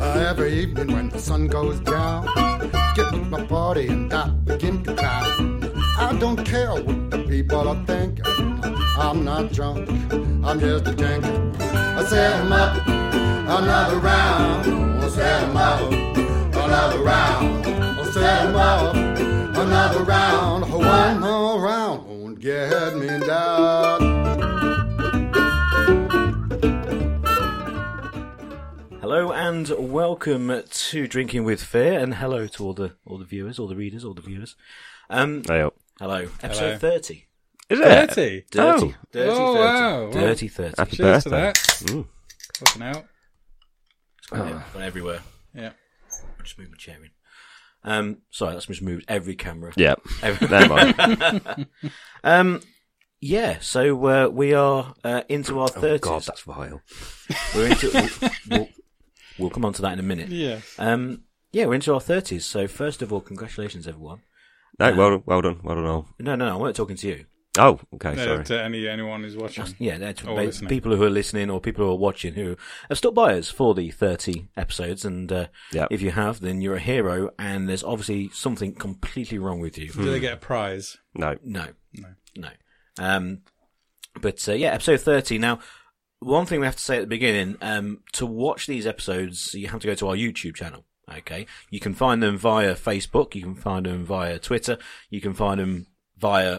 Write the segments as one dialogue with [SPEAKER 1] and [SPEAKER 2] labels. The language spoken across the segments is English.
[SPEAKER 1] Uh, every evening when the sun goes down. Get with my party and I begin to clown. I don't care what the people are thinking. I'm not drunk, I'm just a drinker. I set 'em up, another round. I set 'em up, another round. I set 'em up, another round. One more round won't get me down.
[SPEAKER 2] Hello and welcome to Drinking with Fear, and hello to all the all the viewers, all the readers, all the viewers. Um,
[SPEAKER 3] Hey,
[SPEAKER 2] hello, episode thirty.
[SPEAKER 3] Is it?
[SPEAKER 4] Thirty.
[SPEAKER 2] Dirty,
[SPEAKER 3] Oh.
[SPEAKER 2] dirty,
[SPEAKER 4] Oh,
[SPEAKER 2] 30.
[SPEAKER 4] wow.
[SPEAKER 2] dirty, thirty.
[SPEAKER 3] Happy
[SPEAKER 4] Cheers to
[SPEAKER 3] birthday.
[SPEAKER 4] that.
[SPEAKER 3] Mm.
[SPEAKER 4] Looking out.
[SPEAKER 3] oh.
[SPEAKER 2] Yeah, from everywhere.
[SPEAKER 4] Yeah.
[SPEAKER 2] I'll just move my chair in. Um, sorry, that's just moved every camera.
[SPEAKER 3] Yeah.
[SPEAKER 2] Every-
[SPEAKER 3] Never mind.
[SPEAKER 2] um, yeah. So uh, we are uh, into our
[SPEAKER 3] oh,
[SPEAKER 2] thirties.
[SPEAKER 3] God, that's vile.
[SPEAKER 2] we're into. We'll, we'll, we'll come on to that in a minute.
[SPEAKER 4] Yeah.
[SPEAKER 2] Um, yeah, we're into our thirties. So first of all, congratulations, everyone.
[SPEAKER 3] No, well, well done. Well done all.
[SPEAKER 2] No, no, no, I weren't talking to you.
[SPEAKER 3] Oh, okay,
[SPEAKER 4] No,
[SPEAKER 3] sorry.
[SPEAKER 4] to any anyone who's watching.
[SPEAKER 2] Yeah, that's
[SPEAKER 4] Or
[SPEAKER 2] ba-
[SPEAKER 4] listening.
[SPEAKER 2] people who are listening or people who are watching who have stuck by us for the 30 episodes. And uh,
[SPEAKER 3] Yep.
[SPEAKER 2] if you have, then you're a hero, and there's obviously something completely wrong with you.
[SPEAKER 3] Hmm.
[SPEAKER 4] Do they get a prize?
[SPEAKER 3] No.
[SPEAKER 2] No, no, no. Um, but uh, yeah, episode 30. Now, one thing we have to say at the beginning um, to watch these episodes, you have to go to our YouTube channel. Okay, you can find them via Facebook, you can find them via Twitter, you can find them via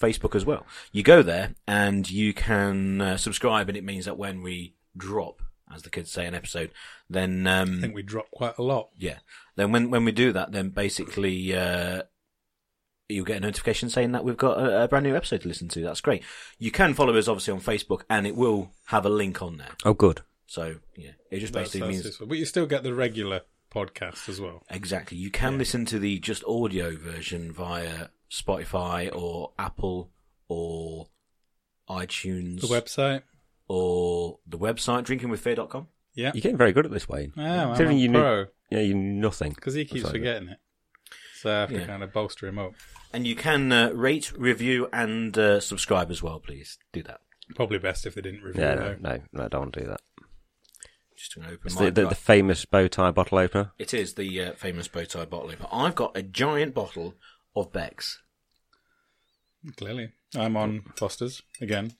[SPEAKER 2] Facebook as well. You go there and you can uh, subscribe, and it means that when we drop, as the kids say, an episode, then
[SPEAKER 4] I
[SPEAKER 2] um,
[SPEAKER 4] think we drop quite a lot.
[SPEAKER 2] yeah. Then when when we do that, then basically uh, you'll get a notification saying that we've got a, a brand new episode to listen to. That's great. You can follow us obviously on Facebook, and it will have a link on there.
[SPEAKER 3] Oh, good.
[SPEAKER 2] So yeah, it just
[SPEAKER 4] That's,
[SPEAKER 2] basically
[SPEAKER 4] that's
[SPEAKER 2] means
[SPEAKER 4] this one. But you still get the regular podcast as well.
[SPEAKER 2] exactly you can listen to the just audio version via Spotify or Apple or iTunes
[SPEAKER 4] The website.
[SPEAKER 2] or the website drinkingwithfear.com.
[SPEAKER 4] Yeah.
[SPEAKER 3] You're getting very good at this, Wayne.
[SPEAKER 4] Oh, I'm
[SPEAKER 3] Considering
[SPEAKER 4] a
[SPEAKER 3] you
[SPEAKER 4] pro.
[SPEAKER 3] knew, yeah, you knew nothing.
[SPEAKER 4] Because he keeps
[SPEAKER 3] That's very good.
[SPEAKER 4] forgetting it. So I have to
[SPEAKER 2] Yeah.
[SPEAKER 4] kind of bolster him up.
[SPEAKER 2] And you can uh, rate, review, and uh, subscribe as well. Please do that.
[SPEAKER 4] Probably best if they didn't review
[SPEAKER 3] Yeah,
[SPEAKER 4] though.
[SPEAKER 3] no, no, no, don't want to do that.
[SPEAKER 2] Just an open
[SPEAKER 3] It's the,
[SPEAKER 2] mic,
[SPEAKER 3] the,
[SPEAKER 2] right?
[SPEAKER 3] the famous bow tie bottle opener.
[SPEAKER 2] It is the uh, famous bow tie bottle opener. I've got a giant bottle of Beck's.
[SPEAKER 4] Clearly. I'm on Foster's again.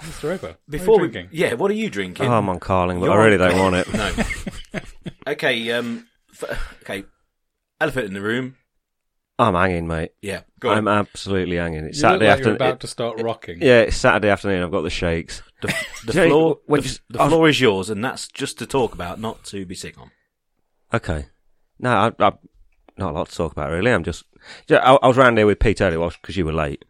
[SPEAKER 4] It's over.
[SPEAKER 2] Before
[SPEAKER 4] Before
[SPEAKER 2] we-
[SPEAKER 4] drinking.
[SPEAKER 2] yeah, what are you drinking?
[SPEAKER 3] Oh, I'm on Carling, but I
[SPEAKER 2] You're
[SPEAKER 3] really
[SPEAKER 2] on-
[SPEAKER 3] don't want it.
[SPEAKER 2] no. okay. Um. F- okay. Elephant in the room.
[SPEAKER 3] I'm hanging, mate.
[SPEAKER 2] Yeah. Go on.
[SPEAKER 3] I'm absolutely hanging. It's
[SPEAKER 4] You
[SPEAKER 3] Saturday
[SPEAKER 4] look like you're
[SPEAKER 3] afternoon.
[SPEAKER 4] about to start rocking.
[SPEAKER 3] yeah, it's Saturday afternoon. I've got the shakes.
[SPEAKER 2] the the
[SPEAKER 3] Do you know,
[SPEAKER 2] floor.
[SPEAKER 3] when
[SPEAKER 2] the
[SPEAKER 3] you-
[SPEAKER 2] the
[SPEAKER 3] I've-
[SPEAKER 2] floor is yours, and that's just to talk about, not to be sick on.
[SPEAKER 3] Okay. No, I, I, not a lot to talk about really. I'm just, yeah, I, I was round here with Pete earlier because you were late,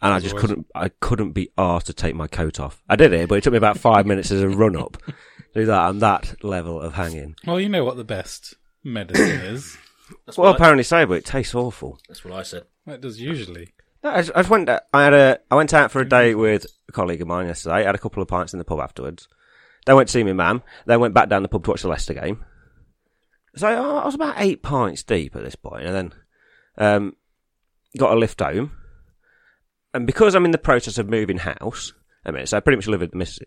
[SPEAKER 3] and I
[SPEAKER 4] As
[SPEAKER 3] just
[SPEAKER 4] always.
[SPEAKER 3] couldn't, I couldn't be asked to take my coat off. I did it, but it took me about five minutes as a run up. Do that. I'm that level of hanging.
[SPEAKER 4] Well, you know what the best medicine is.
[SPEAKER 2] That's
[SPEAKER 3] Well,
[SPEAKER 2] what I,
[SPEAKER 3] apparently so, but it tastes awful.
[SPEAKER 2] that's what I said.
[SPEAKER 4] It does usually.
[SPEAKER 3] No, I, just, I just went. I had a. I went out for a day with a colleague of mine yesterday. had a couple of pints in the pub afterwards. Then went to see my mam. Then went back down the pub to watch the Leicester game. So I I was about eight pints deep at this point, and then um, got a lift home. And because I'm in the process of moving house, I mean, so I pretty much live with the missus.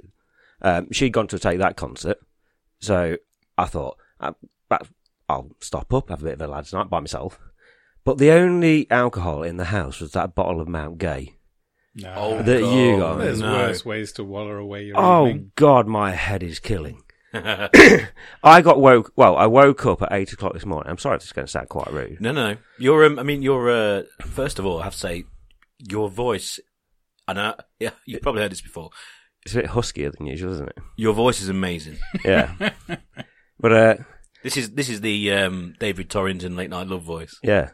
[SPEAKER 3] Um, she'd gone to take that concert, so I thought, I, that- I'll stop up, have a bit of a lads' night by myself. But the only alcohol in the house was that bottle of Mount Gay.
[SPEAKER 4] No.
[SPEAKER 2] Oh,
[SPEAKER 3] That you
[SPEAKER 2] God,
[SPEAKER 3] got.
[SPEAKER 4] There's
[SPEAKER 2] no.
[SPEAKER 4] worse ways to waller away your
[SPEAKER 3] Oh
[SPEAKER 4] evening.
[SPEAKER 3] God, my head is killing. I got woke. Well, I woke up at eight o'clock this morning. I'm sorry if this is going to sound quite rude.
[SPEAKER 2] No, no, no. You're. Um, I mean, you're. Uh, first of all, I have to say, your voice. And I, yeah, you have probably heard this before.
[SPEAKER 3] It's a bit huskier than usual, isn't it?
[SPEAKER 2] Your voice is amazing.
[SPEAKER 3] Yeah. but uh,
[SPEAKER 2] This is this is the um, David Torrington late night love voice.
[SPEAKER 3] yeah.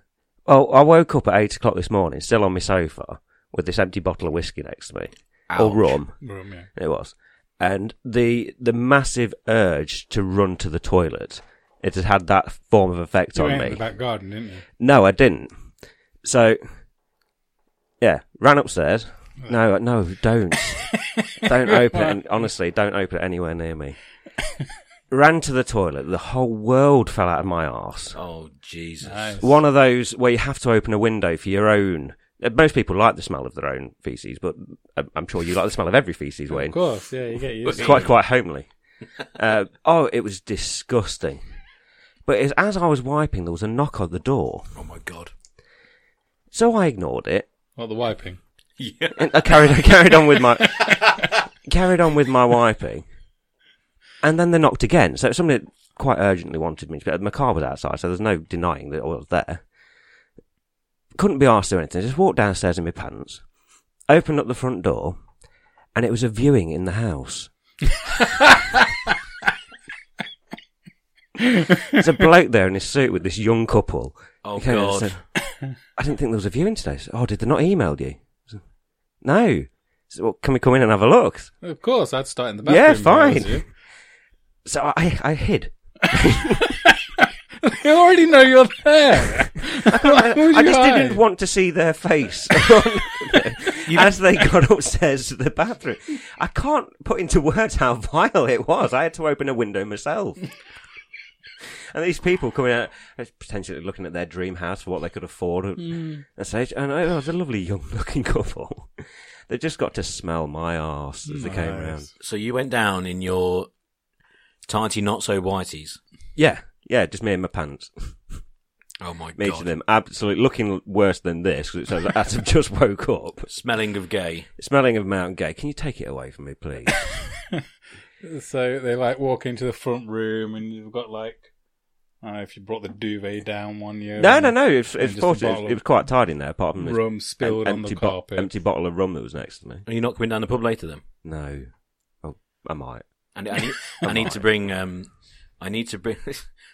[SPEAKER 3] Well, I woke up at eight o'clock this morning, still on my sofa with this empty bottle of whiskey next to me, or
[SPEAKER 2] Ouch.
[SPEAKER 3] rum.
[SPEAKER 4] Room, yeah.
[SPEAKER 3] It was, and the the massive urge to run to the toilet. It had had that form of effect
[SPEAKER 4] You
[SPEAKER 3] on
[SPEAKER 4] went
[SPEAKER 3] me.
[SPEAKER 4] in the back garden, didn't you?
[SPEAKER 3] No, I didn't. So, yeah, ran upstairs. No, no, don't, don't open it. Honestly, don't open it anywhere near me. Ran to the toilet. The whole world fell out of my arse.
[SPEAKER 2] Oh Jesus!
[SPEAKER 4] Nice.
[SPEAKER 3] One of those where you have to open a window for your own. uh, Most people like the smell of their own feces, but I'm- I'm um, sure you like the smell of every feces,
[SPEAKER 4] Of
[SPEAKER 3] Wayne.
[SPEAKER 4] course, yeah, you get used
[SPEAKER 3] It's
[SPEAKER 4] to
[SPEAKER 3] quite quite homely. Uh, oh, it was disgusting. But as- as I was wiping, there was a knock on the door.
[SPEAKER 2] Oh my god.
[SPEAKER 3] So I ignored it
[SPEAKER 4] Not the wiping.
[SPEAKER 2] Yeah.
[SPEAKER 3] and I Uh, carried I carried on with my carried on with my wiping, and then they knocked again. So somebody quite urgently wanted me to. But my car was outside, so there's no denying that I was there. Couldn't be asked or anything. Just walked downstairs in my pants, opened up the front door, and it was a viewing in the house. There's a bloke there in his suit with this young couple.
[SPEAKER 2] Oh
[SPEAKER 3] He came in and
[SPEAKER 2] god.
[SPEAKER 3] said, I didn't think there was a viewing today. I said, oh, did they not email you? I said, no. I said, well, can we come in and have a look?
[SPEAKER 4] Of course, I'd start in the
[SPEAKER 3] Yeah,
[SPEAKER 4] bathroom. if I was
[SPEAKER 3] fine.
[SPEAKER 4] you.
[SPEAKER 3] So I, I hid.
[SPEAKER 4] You already know you're there.
[SPEAKER 3] I,
[SPEAKER 4] would
[SPEAKER 3] I
[SPEAKER 4] you
[SPEAKER 3] just
[SPEAKER 4] hide?
[SPEAKER 3] didn't want to see their face as they got upstairs to the bathroom. I can't put into words how vile it was. I had to open a window myself. And these people coming out, potentially looking at their dream house for what they could afford, at at stage. and it was a lovely young-looking couple. They just got to smell my arse as they came
[SPEAKER 4] Nice.
[SPEAKER 3] round.
[SPEAKER 2] So you went down in your tighty not so whiteys.
[SPEAKER 3] Yeah, yeah, just me in my pants.
[SPEAKER 2] Oh my
[SPEAKER 3] Me to
[SPEAKER 2] god.
[SPEAKER 3] them, absolutely looking worse than this because it says as I've just woke up,
[SPEAKER 2] Smelling of gay.
[SPEAKER 3] smelling of Mountain Gay. Can you take it away from me, please?
[SPEAKER 4] So they like walk into the front room, and you've got like, I don't know if you brought the duvet down one year.
[SPEAKER 3] no,
[SPEAKER 4] and
[SPEAKER 3] no, no. It's
[SPEAKER 4] And
[SPEAKER 3] it's
[SPEAKER 4] just a
[SPEAKER 3] fortunate.
[SPEAKER 4] bottle
[SPEAKER 3] It,
[SPEAKER 4] of
[SPEAKER 3] was quite tidy in there, apart from this
[SPEAKER 4] Rum spilled
[SPEAKER 3] em-
[SPEAKER 4] on the
[SPEAKER 3] empty bo-
[SPEAKER 4] carpet.
[SPEAKER 3] empty bottle of rum that was next to me.
[SPEAKER 2] Are you not coming down the pub later then?
[SPEAKER 3] No, oh, I might.
[SPEAKER 2] And I need, I need to bring. Um, I need to bring.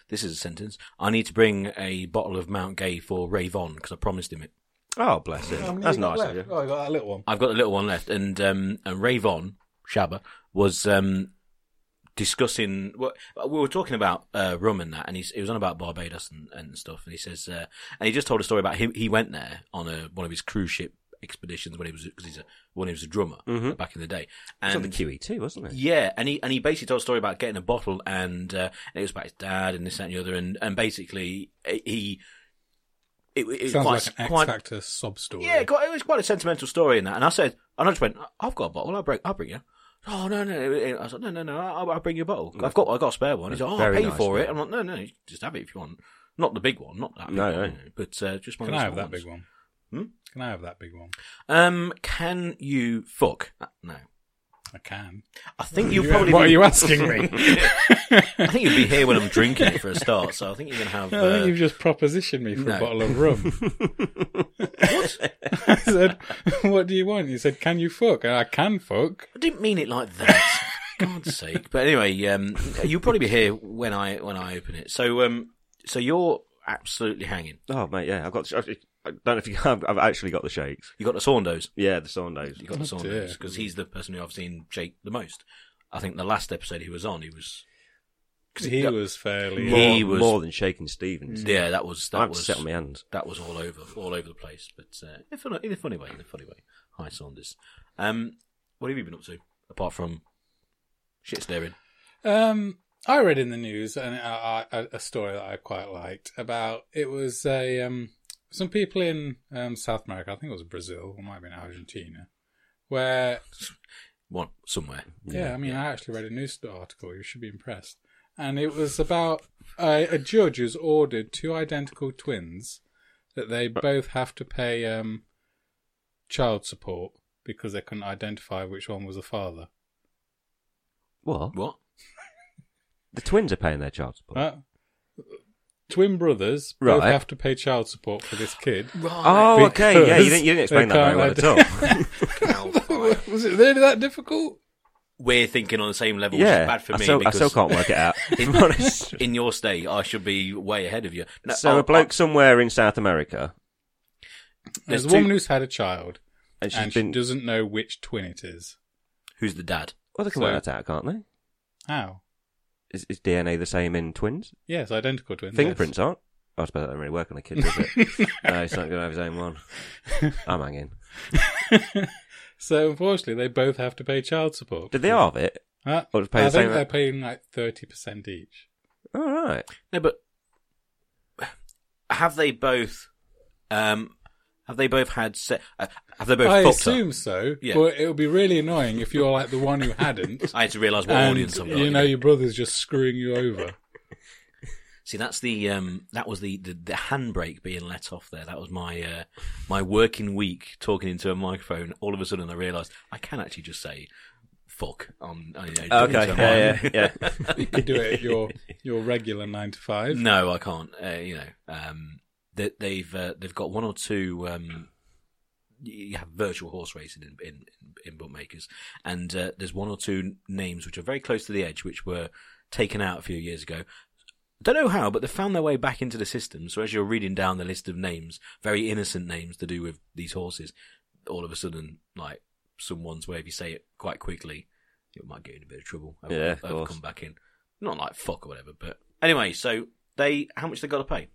[SPEAKER 2] this is a sentence. I need to bring a bottle of Mount Gay for Ray Vaughan because I promised him it.
[SPEAKER 3] Oh, bless him.
[SPEAKER 4] How many
[SPEAKER 3] That's
[SPEAKER 4] you got
[SPEAKER 3] nice of
[SPEAKER 4] left?
[SPEAKER 3] you.
[SPEAKER 4] Oh, I got that little one.
[SPEAKER 2] I've got a little one left, and um, and Ray Vaughan Shabba was um, discussing what we were talking about uh, rum and that, and he's, he was on about Barbados and, and stuff, and he says, uh, and he just told a story about him. He went there on a, one of his cruise ship expeditions when he was because he's a when he was a drummer
[SPEAKER 4] Mm-hmm.
[SPEAKER 3] Mhm.
[SPEAKER 2] back in the day,
[SPEAKER 3] It's on
[SPEAKER 2] and
[SPEAKER 3] the QE too, wasn't it?
[SPEAKER 2] yeah, and he and he basically told a story about getting a bottle, and, uh, and it was about his dad and this that, and the other, and and basically he. It, it was
[SPEAKER 4] Sounds
[SPEAKER 2] quite,
[SPEAKER 4] like an X
[SPEAKER 2] quite,
[SPEAKER 4] Factor sob story.
[SPEAKER 2] yeah, quite, it was quite a sentimental story in that. And I said, and I just went, I've got a bottle. I'll bring, I'll bring you. Oh no no! no." I was like, no no no! I'll, I'll bring you a bottle. I've got I've got a spare one. He's like, oh, I'll
[SPEAKER 3] Mm. Very
[SPEAKER 2] pay
[SPEAKER 3] nice,
[SPEAKER 2] you for
[SPEAKER 3] yeah.
[SPEAKER 2] it. I'm like, no no, you just have it if you want. Not the big one, not that. Big
[SPEAKER 3] No,
[SPEAKER 2] one,
[SPEAKER 3] no.
[SPEAKER 2] you know, But uh, just one.
[SPEAKER 4] Can
[SPEAKER 2] of
[SPEAKER 4] I
[SPEAKER 2] the
[SPEAKER 4] have
[SPEAKER 2] small
[SPEAKER 4] that
[SPEAKER 2] ones.
[SPEAKER 4] big one?
[SPEAKER 2] Hmm?
[SPEAKER 4] Can I have that big one?
[SPEAKER 2] Um, can you fuck? Uh, No,
[SPEAKER 4] I can.
[SPEAKER 2] I think you'll
[SPEAKER 4] You-
[SPEAKER 2] probably.
[SPEAKER 4] what
[SPEAKER 2] be,
[SPEAKER 4] are you asking me?
[SPEAKER 2] I think you'll be here when I'm drinking it for a start. So I think you're gonna have.
[SPEAKER 4] I think
[SPEAKER 2] Uh,
[SPEAKER 4] you've just propositioned me for
[SPEAKER 2] no.
[SPEAKER 4] a bottle of rum. I said, "What do you want?" You said, "Can you fuck?" And I can fuck.
[SPEAKER 2] I didn't mean it like that. God's sake! But anyway, um, you'll probably be here when I when I open it. So um, so you're absolutely hanging.
[SPEAKER 3] Oh, mate, yeah. I've got. The, I don't know if you. I've, I've actually got the shakes.
[SPEAKER 2] You got the Saundos.
[SPEAKER 3] Yeah, the Saunders.
[SPEAKER 2] You got the
[SPEAKER 4] Oh,
[SPEAKER 2] Saundos
[SPEAKER 4] dear.
[SPEAKER 2] because he's the person who I've seen Jake the most. I think the last episode he was on, he was
[SPEAKER 4] Because he
[SPEAKER 2] Yeah.
[SPEAKER 4] was fairly.
[SPEAKER 2] He
[SPEAKER 3] more,
[SPEAKER 2] was-
[SPEAKER 3] more than shaking
[SPEAKER 4] Mm.
[SPEAKER 3] Stevens.
[SPEAKER 2] yeah. That was
[SPEAKER 3] Mm. I
[SPEAKER 2] that
[SPEAKER 3] have to
[SPEAKER 2] was
[SPEAKER 3] sit on my hands.
[SPEAKER 2] that was all over all over the place. But uh, in, a fun, in a funny way, in a funny way. Hi Saunders. Um, what have you been up to apart from shit staring?
[SPEAKER 4] Um, I read in the news an, a, a, a story that I quite liked about it was a um, some people in um, South America. I think it was Brazil, or might have been Argentina, where
[SPEAKER 2] One somewhere.
[SPEAKER 4] yeah, I mean, I actually read a news article. You should be impressed. And it was about a, a judge who's ordered two identical twins that they both have to pay um, child support because they couldn't identify which one was the father.
[SPEAKER 3] What?
[SPEAKER 2] What?
[SPEAKER 3] The twins are paying their child support.
[SPEAKER 4] Uh, twin brothers both
[SPEAKER 3] Right.
[SPEAKER 4] have to pay child support for this kid.
[SPEAKER 2] Right.
[SPEAKER 3] Oh, okay. Yeah, you
[SPEAKER 4] Because
[SPEAKER 3] didn't, you didn't explain
[SPEAKER 4] they
[SPEAKER 3] that very well at
[SPEAKER 4] can't
[SPEAKER 3] all.
[SPEAKER 4] was it really that difficult?
[SPEAKER 2] We're thinking on the same level, which
[SPEAKER 3] yeah,
[SPEAKER 2] is bad for
[SPEAKER 3] I,
[SPEAKER 2] me
[SPEAKER 3] still, I
[SPEAKER 2] because
[SPEAKER 3] still can't work it out. to be honest.
[SPEAKER 2] in your state, I should be way ahead of you. No,
[SPEAKER 3] so
[SPEAKER 2] I'll-
[SPEAKER 3] a bloke somewhere in South America,
[SPEAKER 4] There's,
[SPEAKER 2] There's
[SPEAKER 4] a woman
[SPEAKER 2] two-
[SPEAKER 4] who's had a child
[SPEAKER 3] and she's
[SPEAKER 4] and
[SPEAKER 3] been.
[SPEAKER 4] she doesn't know which twin it is.
[SPEAKER 2] who's the dad?
[SPEAKER 3] well, they can
[SPEAKER 4] so-
[SPEAKER 3] work that out, can't they?
[SPEAKER 4] How?
[SPEAKER 3] Is, is DNA the same in twins?
[SPEAKER 4] Yes, identical twins. yes.
[SPEAKER 3] Fingerprints aren't. I suppose that doesn't really work on a kid, does it? no, he's not going to have his own one. I'm hanging.
[SPEAKER 4] So unfortunately, they both have to pay child support.
[SPEAKER 3] Did they halve it?
[SPEAKER 4] Huh?
[SPEAKER 3] Or
[SPEAKER 4] I
[SPEAKER 3] just pay the
[SPEAKER 4] think
[SPEAKER 3] same-
[SPEAKER 4] they're paying like thirty percent each.
[SPEAKER 3] All right.
[SPEAKER 2] No, but have they both? Um, Have they both had se- uh, Have they both
[SPEAKER 4] I
[SPEAKER 2] fucked
[SPEAKER 4] assume
[SPEAKER 2] up?
[SPEAKER 4] so,
[SPEAKER 2] Yeah.
[SPEAKER 4] but it would be really annoying if you're like the one who hadn't.
[SPEAKER 2] I had to realise what
[SPEAKER 4] and
[SPEAKER 2] audience I'm
[SPEAKER 4] you know your brother's just screwing you over.
[SPEAKER 2] See, that's the um, that was the, the the handbrake being let off there. That was my uh, my working week talking into a microphone. All of a sudden, I realised I can actually just say "fuck" on. on, you know, talking
[SPEAKER 3] Okay,
[SPEAKER 2] to a
[SPEAKER 3] yeah,
[SPEAKER 2] mic.
[SPEAKER 3] yeah, yeah.
[SPEAKER 4] You can do it at your your regular nine to five.
[SPEAKER 2] No, I can't. Uh, you know, um, they, they've uh, they've got one or two. Um, you have virtual horse racing in in, in bookmakers, and uh, there's one or two names which are very close to the edge, which were taken out a few years ago. Don't know how, but they found their way back into the system. So as you're reading down the list of names, very innocent names to do with these horses, all of a sudden, like someone's where if you say it quite quickly, it might get you in a bit of trouble. I've-
[SPEAKER 3] Yeah, of
[SPEAKER 2] I've
[SPEAKER 3] course.
[SPEAKER 2] come back in. Not like fuck or whatever, but anyway. So they, how much they got to pay?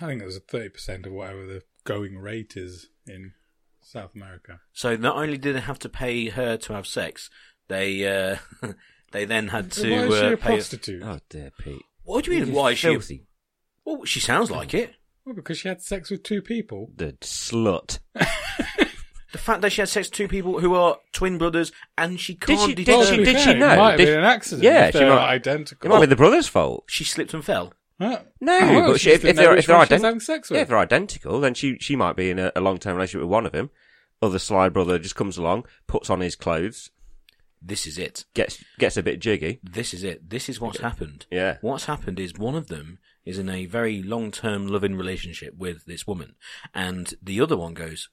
[SPEAKER 4] I think it was thirty percent of whatever the going rate is in South America.
[SPEAKER 2] So not only did they have to pay her to have sex, they uh, they then had to
[SPEAKER 4] Why is she
[SPEAKER 2] uh,
[SPEAKER 4] a
[SPEAKER 2] pay.
[SPEAKER 4] prostitute?
[SPEAKER 3] Oh dear, Pete.
[SPEAKER 2] What do you mean?
[SPEAKER 3] You're
[SPEAKER 2] Why is she?
[SPEAKER 3] filthy.
[SPEAKER 2] Well, she sounds like it.
[SPEAKER 4] Well, because she had sex with two people.
[SPEAKER 3] The slut.
[SPEAKER 2] The fact that she had sex with two people who are twin brothers and she
[SPEAKER 3] Did
[SPEAKER 2] can't
[SPEAKER 3] she-
[SPEAKER 2] determine
[SPEAKER 3] she-
[SPEAKER 4] to be
[SPEAKER 3] did
[SPEAKER 4] fair,
[SPEAKER 3] know?
[SPEAKER 4] It might have
[SPEAKER 3] Did-
[SPEAKER 4] been an accident.
[SPEAKER 3] Yeah,
[SPEAKER 4] if
[SPEAKER 3] she
[SPEAKER 4] they're
[SPEAKER 3] might- It
[SPEAKER 4] identical.
[SPEAKER 2] Oh.
[SPEAKER 3] might be the brother's fault.
[SPEAKER 2] she slipped and fell.
[SPEAKER 4] Huh?
[SPEAKER 3] No,
[SPEAKER 4] Oh, well,
[SPEAKER 3] but
[SPEAKER 4] she
[SPEAKER 3] she, if,
[SPEAKER 4] just didn't
[SPEAKER 3] if
[SPEAKER 4] know
[SPEAKER 3] they're
[SPEAKER 4] which
[SPEAKER 3] if they're,
[SPEAKER 4] one she was
[SPEAKER 3] ident-
[SPEAKER 4] having sex
[SPEAKER 3] yeah,
[SPEAKER 4] with.
[SPEAKER 3] if they're identical, then she she might be in a, a long term relationship with one of them. Other sly brother just comes along, puts on his clothes,
[SPEAKER 2] This is it.
[SPEAKER 3] gets gets a bit jiggy.
[SPEAKER 2] This is it. This is what's happened.
[SPEAKER 3] Yeah.
[SPEAKER 2] What's happened is one of them is in a very long term loving relationship with this woman, and the other one goes,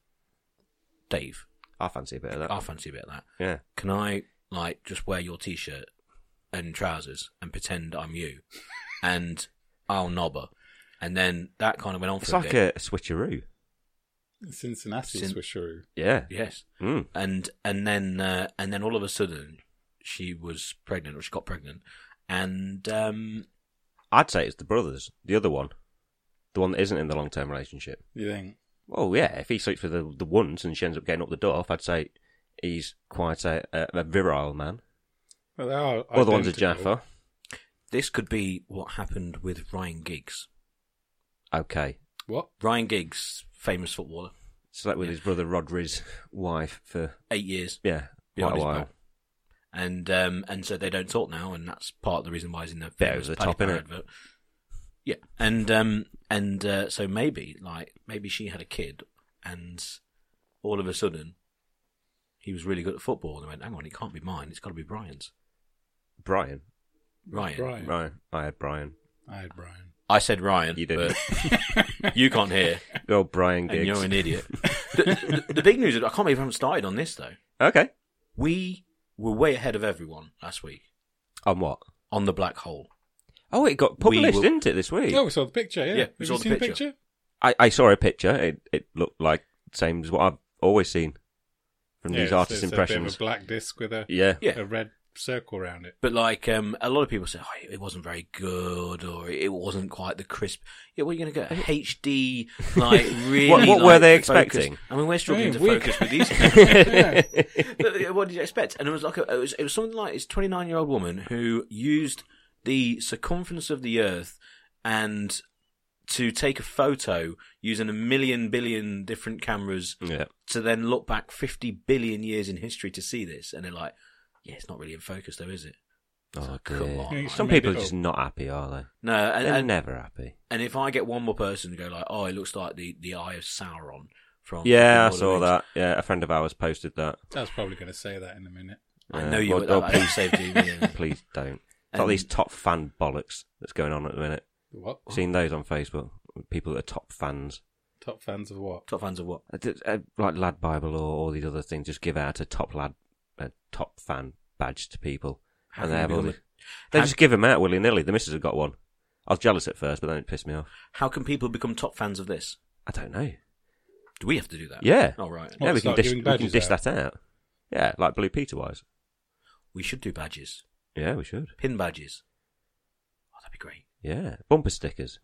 [SPEAKER 2] Dave,
[SPEAKER 3] I fancy a bit of that.
[SPEAKER 2] I fancy a bit of that.
[SPEAKER 3] Yeah.
[SPEAKER 2] Can I, like, just wear your t shirt and trousers and pretend I'm you? And I'll knob her. And then that kind of went on
[SPEAKER 3] It's
[SPEAKER 2] for
[SPEAKER 3] like
[SPEAKER 2] a bit.
[SPEAKER 3] a, switcheroo.
[SPEAKER 4] Cincinnati
[SPEAKER 2] Cin-
[SPEAKER 4] switcheroo.
[SPEAKER 3] Yeah.
[SPEAKER 2] Yes.
[SPEAKER 3] Mm.
[SPEAKER 2] and and then uh, and then all of a sudden she was pregnant or she got pregnant and um
[SPEAKER 3] I'd say it's the brothers, the other one, the one that isn't in the long term relationship.
[SPEAKER 4] You think?
[SPEAKER 3] Well, yeah, if he sleeps with the the ones and she ends up getting up the door, I'd say he's quite a, a, a virile man.
[SPEAKER 4] Well, they are
[SPEAKER 3] Or the one's a
[SPEAKER 4] identical.
[SPEAKER 3] Jaffa.
[SPEAKER 2] this could be what happened with Ryan Giggs
[SPEAKER 3] Okay.
[SPEAKER 4] What?
[SPEAKER 2] Ryan Giggs famous footballer
[SPEAKER 3] Slept with his brother Rodri's wife for
[SPEAKER 2] eight years
[SPEAKER 3] yeah
[SPEAKER 2] Yeah,
[SPEAKER 3] quite
[SPEAKER 2] he's
[SPEAKER 3] a while.
[SPEAKER 2] back. and um and so they don't talk now and that's part of the reason why he's in the
[SPEAKER 3] Bit over the top, innit?
[SPEAKER 2] advert yeah and um and uh, so maybe like maybe she had a kid and all of a sudden he was really good at football and they went hang on it can't be mine it's got to be Brian's
[SPEAKER 3] Brian.
[SPEAKER 2] Ryan
[SPEAKER 4] Brian.
[SPEAKER 3] Brian. I had Brian.
[SPEAKER 4] I had Brian.
[SPEAKER 2] I said Ryan.
[SPEAKER 3] You didn't.
[SPEAKER 2] but you can't hear,
[SPEAKER 3] Oh, Brian
[SPEAKER 2] and
[SPEAKER 3] Giggs.
[SPEAKER 2] you're an idiot. the, the- the big news is I can't believe I haven't started on this though.
[SPEAKER 3] Okay.
[SPEAKER 2] We were way ahead of everyone last week
[SPEAKER 3] On what?
[SPEAKER 2] on the black hole.
[SPEAKER 3] Oh, it got
[SPEAKER 2] We
[SPEAKER 3] published,
[SPEAKER 2] will-
[SPEAKER 3] didn't it, this week?
[SPEAKER 4] No, we saw the picture. Yeah,
[SPEAKER 2] Yeah, we
[SPEAKER 4] Have
[SPEAKER 2] saw
[SPEAKER 4] you
[SPEAKER 2] the
[SPEAKER 4] seen the
[SPEAKER 2] picture.
[SPEAKER 4] picture.
[SPEAKER 3] I, I saw a picture. It, it looked like same as what I've always seen from
[SPEAKER 4] Yeah,
[SPEAKER 3] these
[SPEAKER 4] it's-
[SPEAKER 3] artist
[SPEAKER 4] it's
[SPEAKER 3] impressions.
[SPEAKER 4] A bit of a black disc with a,
[SPEAKER 3] Yeah.
[SPEAKER 2] Yeah.
[SPEAKER 4] a red circle around it.
[SPEAKER 2] But like um, a lot of people say, oh, it wasn't very good, or it wasn't quite the crisp. Yeah, we're going to get a HD like really.
[SPEAKER 3] What- what
[SPEAKER 2] like,
[SPEAKER 3] were they
[SPEAKER 2] focused-
[SPEAKER 3] expecting?
[SPEAKER 2] I mean, we're struggling to
[SPEAKER 4] Hey, we-
[SPEAKER 2] focus with these.
[SPEAKER 4] Yeah.
[SPEAKER 2] Uh, what did you expect? And it was like a, it was it was something like this twenty nine year old woman who used the circumference of the Earth and to take a photo using a million billion different cameras
[SPEAKER 3] Yeah.
[SPEAKER 2] to then look back fifty billion years in history to see this, and they're like, yeah, it's not really in focus though, is it?
[SPEAKER 3] Oh,
[SPEAKER 2] come
[SPEAKER 3] dear.
[SPEAKER 2] on.
[SPEAKER 4] Yeah,
[SPEAKER 3] Some
[SPEAKER 4] made
[SPEAKER 3] people
[SPEAKER 4] it
[SPEAKER 3] are just
[SPEAKER 4] up.
[SPEAKER 3] not happy, are they?
[SPEAKER 2] No, and,
[SPEAKER 3] They're
[SPEAKER 2] and
[SPEAKER 3] never happy.
[SPEAKER 2] and if I get one more person to go like, oh, it looks like the the Eye of Sauron from
[SPEAKER 3] Yeah, I
[SPEAKER 2] from Lord of the
[SPEAKER 3] saw
[SPEAKER 2] Rings.
[SPEAKER 3] that. Yeah, a friend of ours posted that.
[SPEAKER 4] That's probably going to say that in a minute.
[SPEAKER 2] I
[SPEAKER 3] Yeah.
[SPEAKER 2] know you
[SPEAKER 3] Well,
[SPEAKER 2] were
[SPEAKER 3] oh,
[SPEAKER 2] that. I saved you. yeah.
[SPEAKER 3] Please don't. It's
[SPEAKER 2] And-
[SPEAKER 3] like these top fan bollocks that's going on at the minute.
[SPEAKER 4] What?
[SPEAKER 3] Seen those on Facebook? People that are top fans.
[SPEAKER 4] Top fans of what?
[SPEAKER 2] Top fans of what?
[SPEAKER 3] Uh, d- uh, Like Lad Bible or all these other things, just give out a top lad, a top fan badge to people.
[SPEAKER 2] How
[SPEAKER 3] and
[SPEAKER 2] can
[SPEAKER 3] they
[SPEAKER 2] you
[SPEAKER 3] have
[SPEAKER 2] become
[SPEAKER 3] all the- They
[SPEAKER 2] how-
[SPEAKER 3] just give them out willy nilly. The missus have got one. I was jealous at first, but then it pissed me off.
[SPEAKER 2] How can people become top fans of this?
[SPEAKER 3] I don't know.
[SPEAKER 2] Do we have to do that?
[SPEAKER 3] Yeah.
[SPEAKER 2] All right.
[SPEAKER 4] What,
[SPEAKER 3] yeah, we can
[SPEAKER 4] start
[SPEAKER 3] dish,
[SPEAKER 4] giving
[SPEAKER 3] we can
[SPEAKER 4] badges
[SPEAKER 3] dish
[SPEAKER 4] out?
[SPEAKER 3] that out. Yeah, like Blue Peter wise.
[SPEAKER 2] We should do badges,
[SPEAKER 3] Yeah, we should.
[SPEAKER 2] pin badges. Oh, that'd be great.
[SPEAKER 3] Yeah, bumper stickers.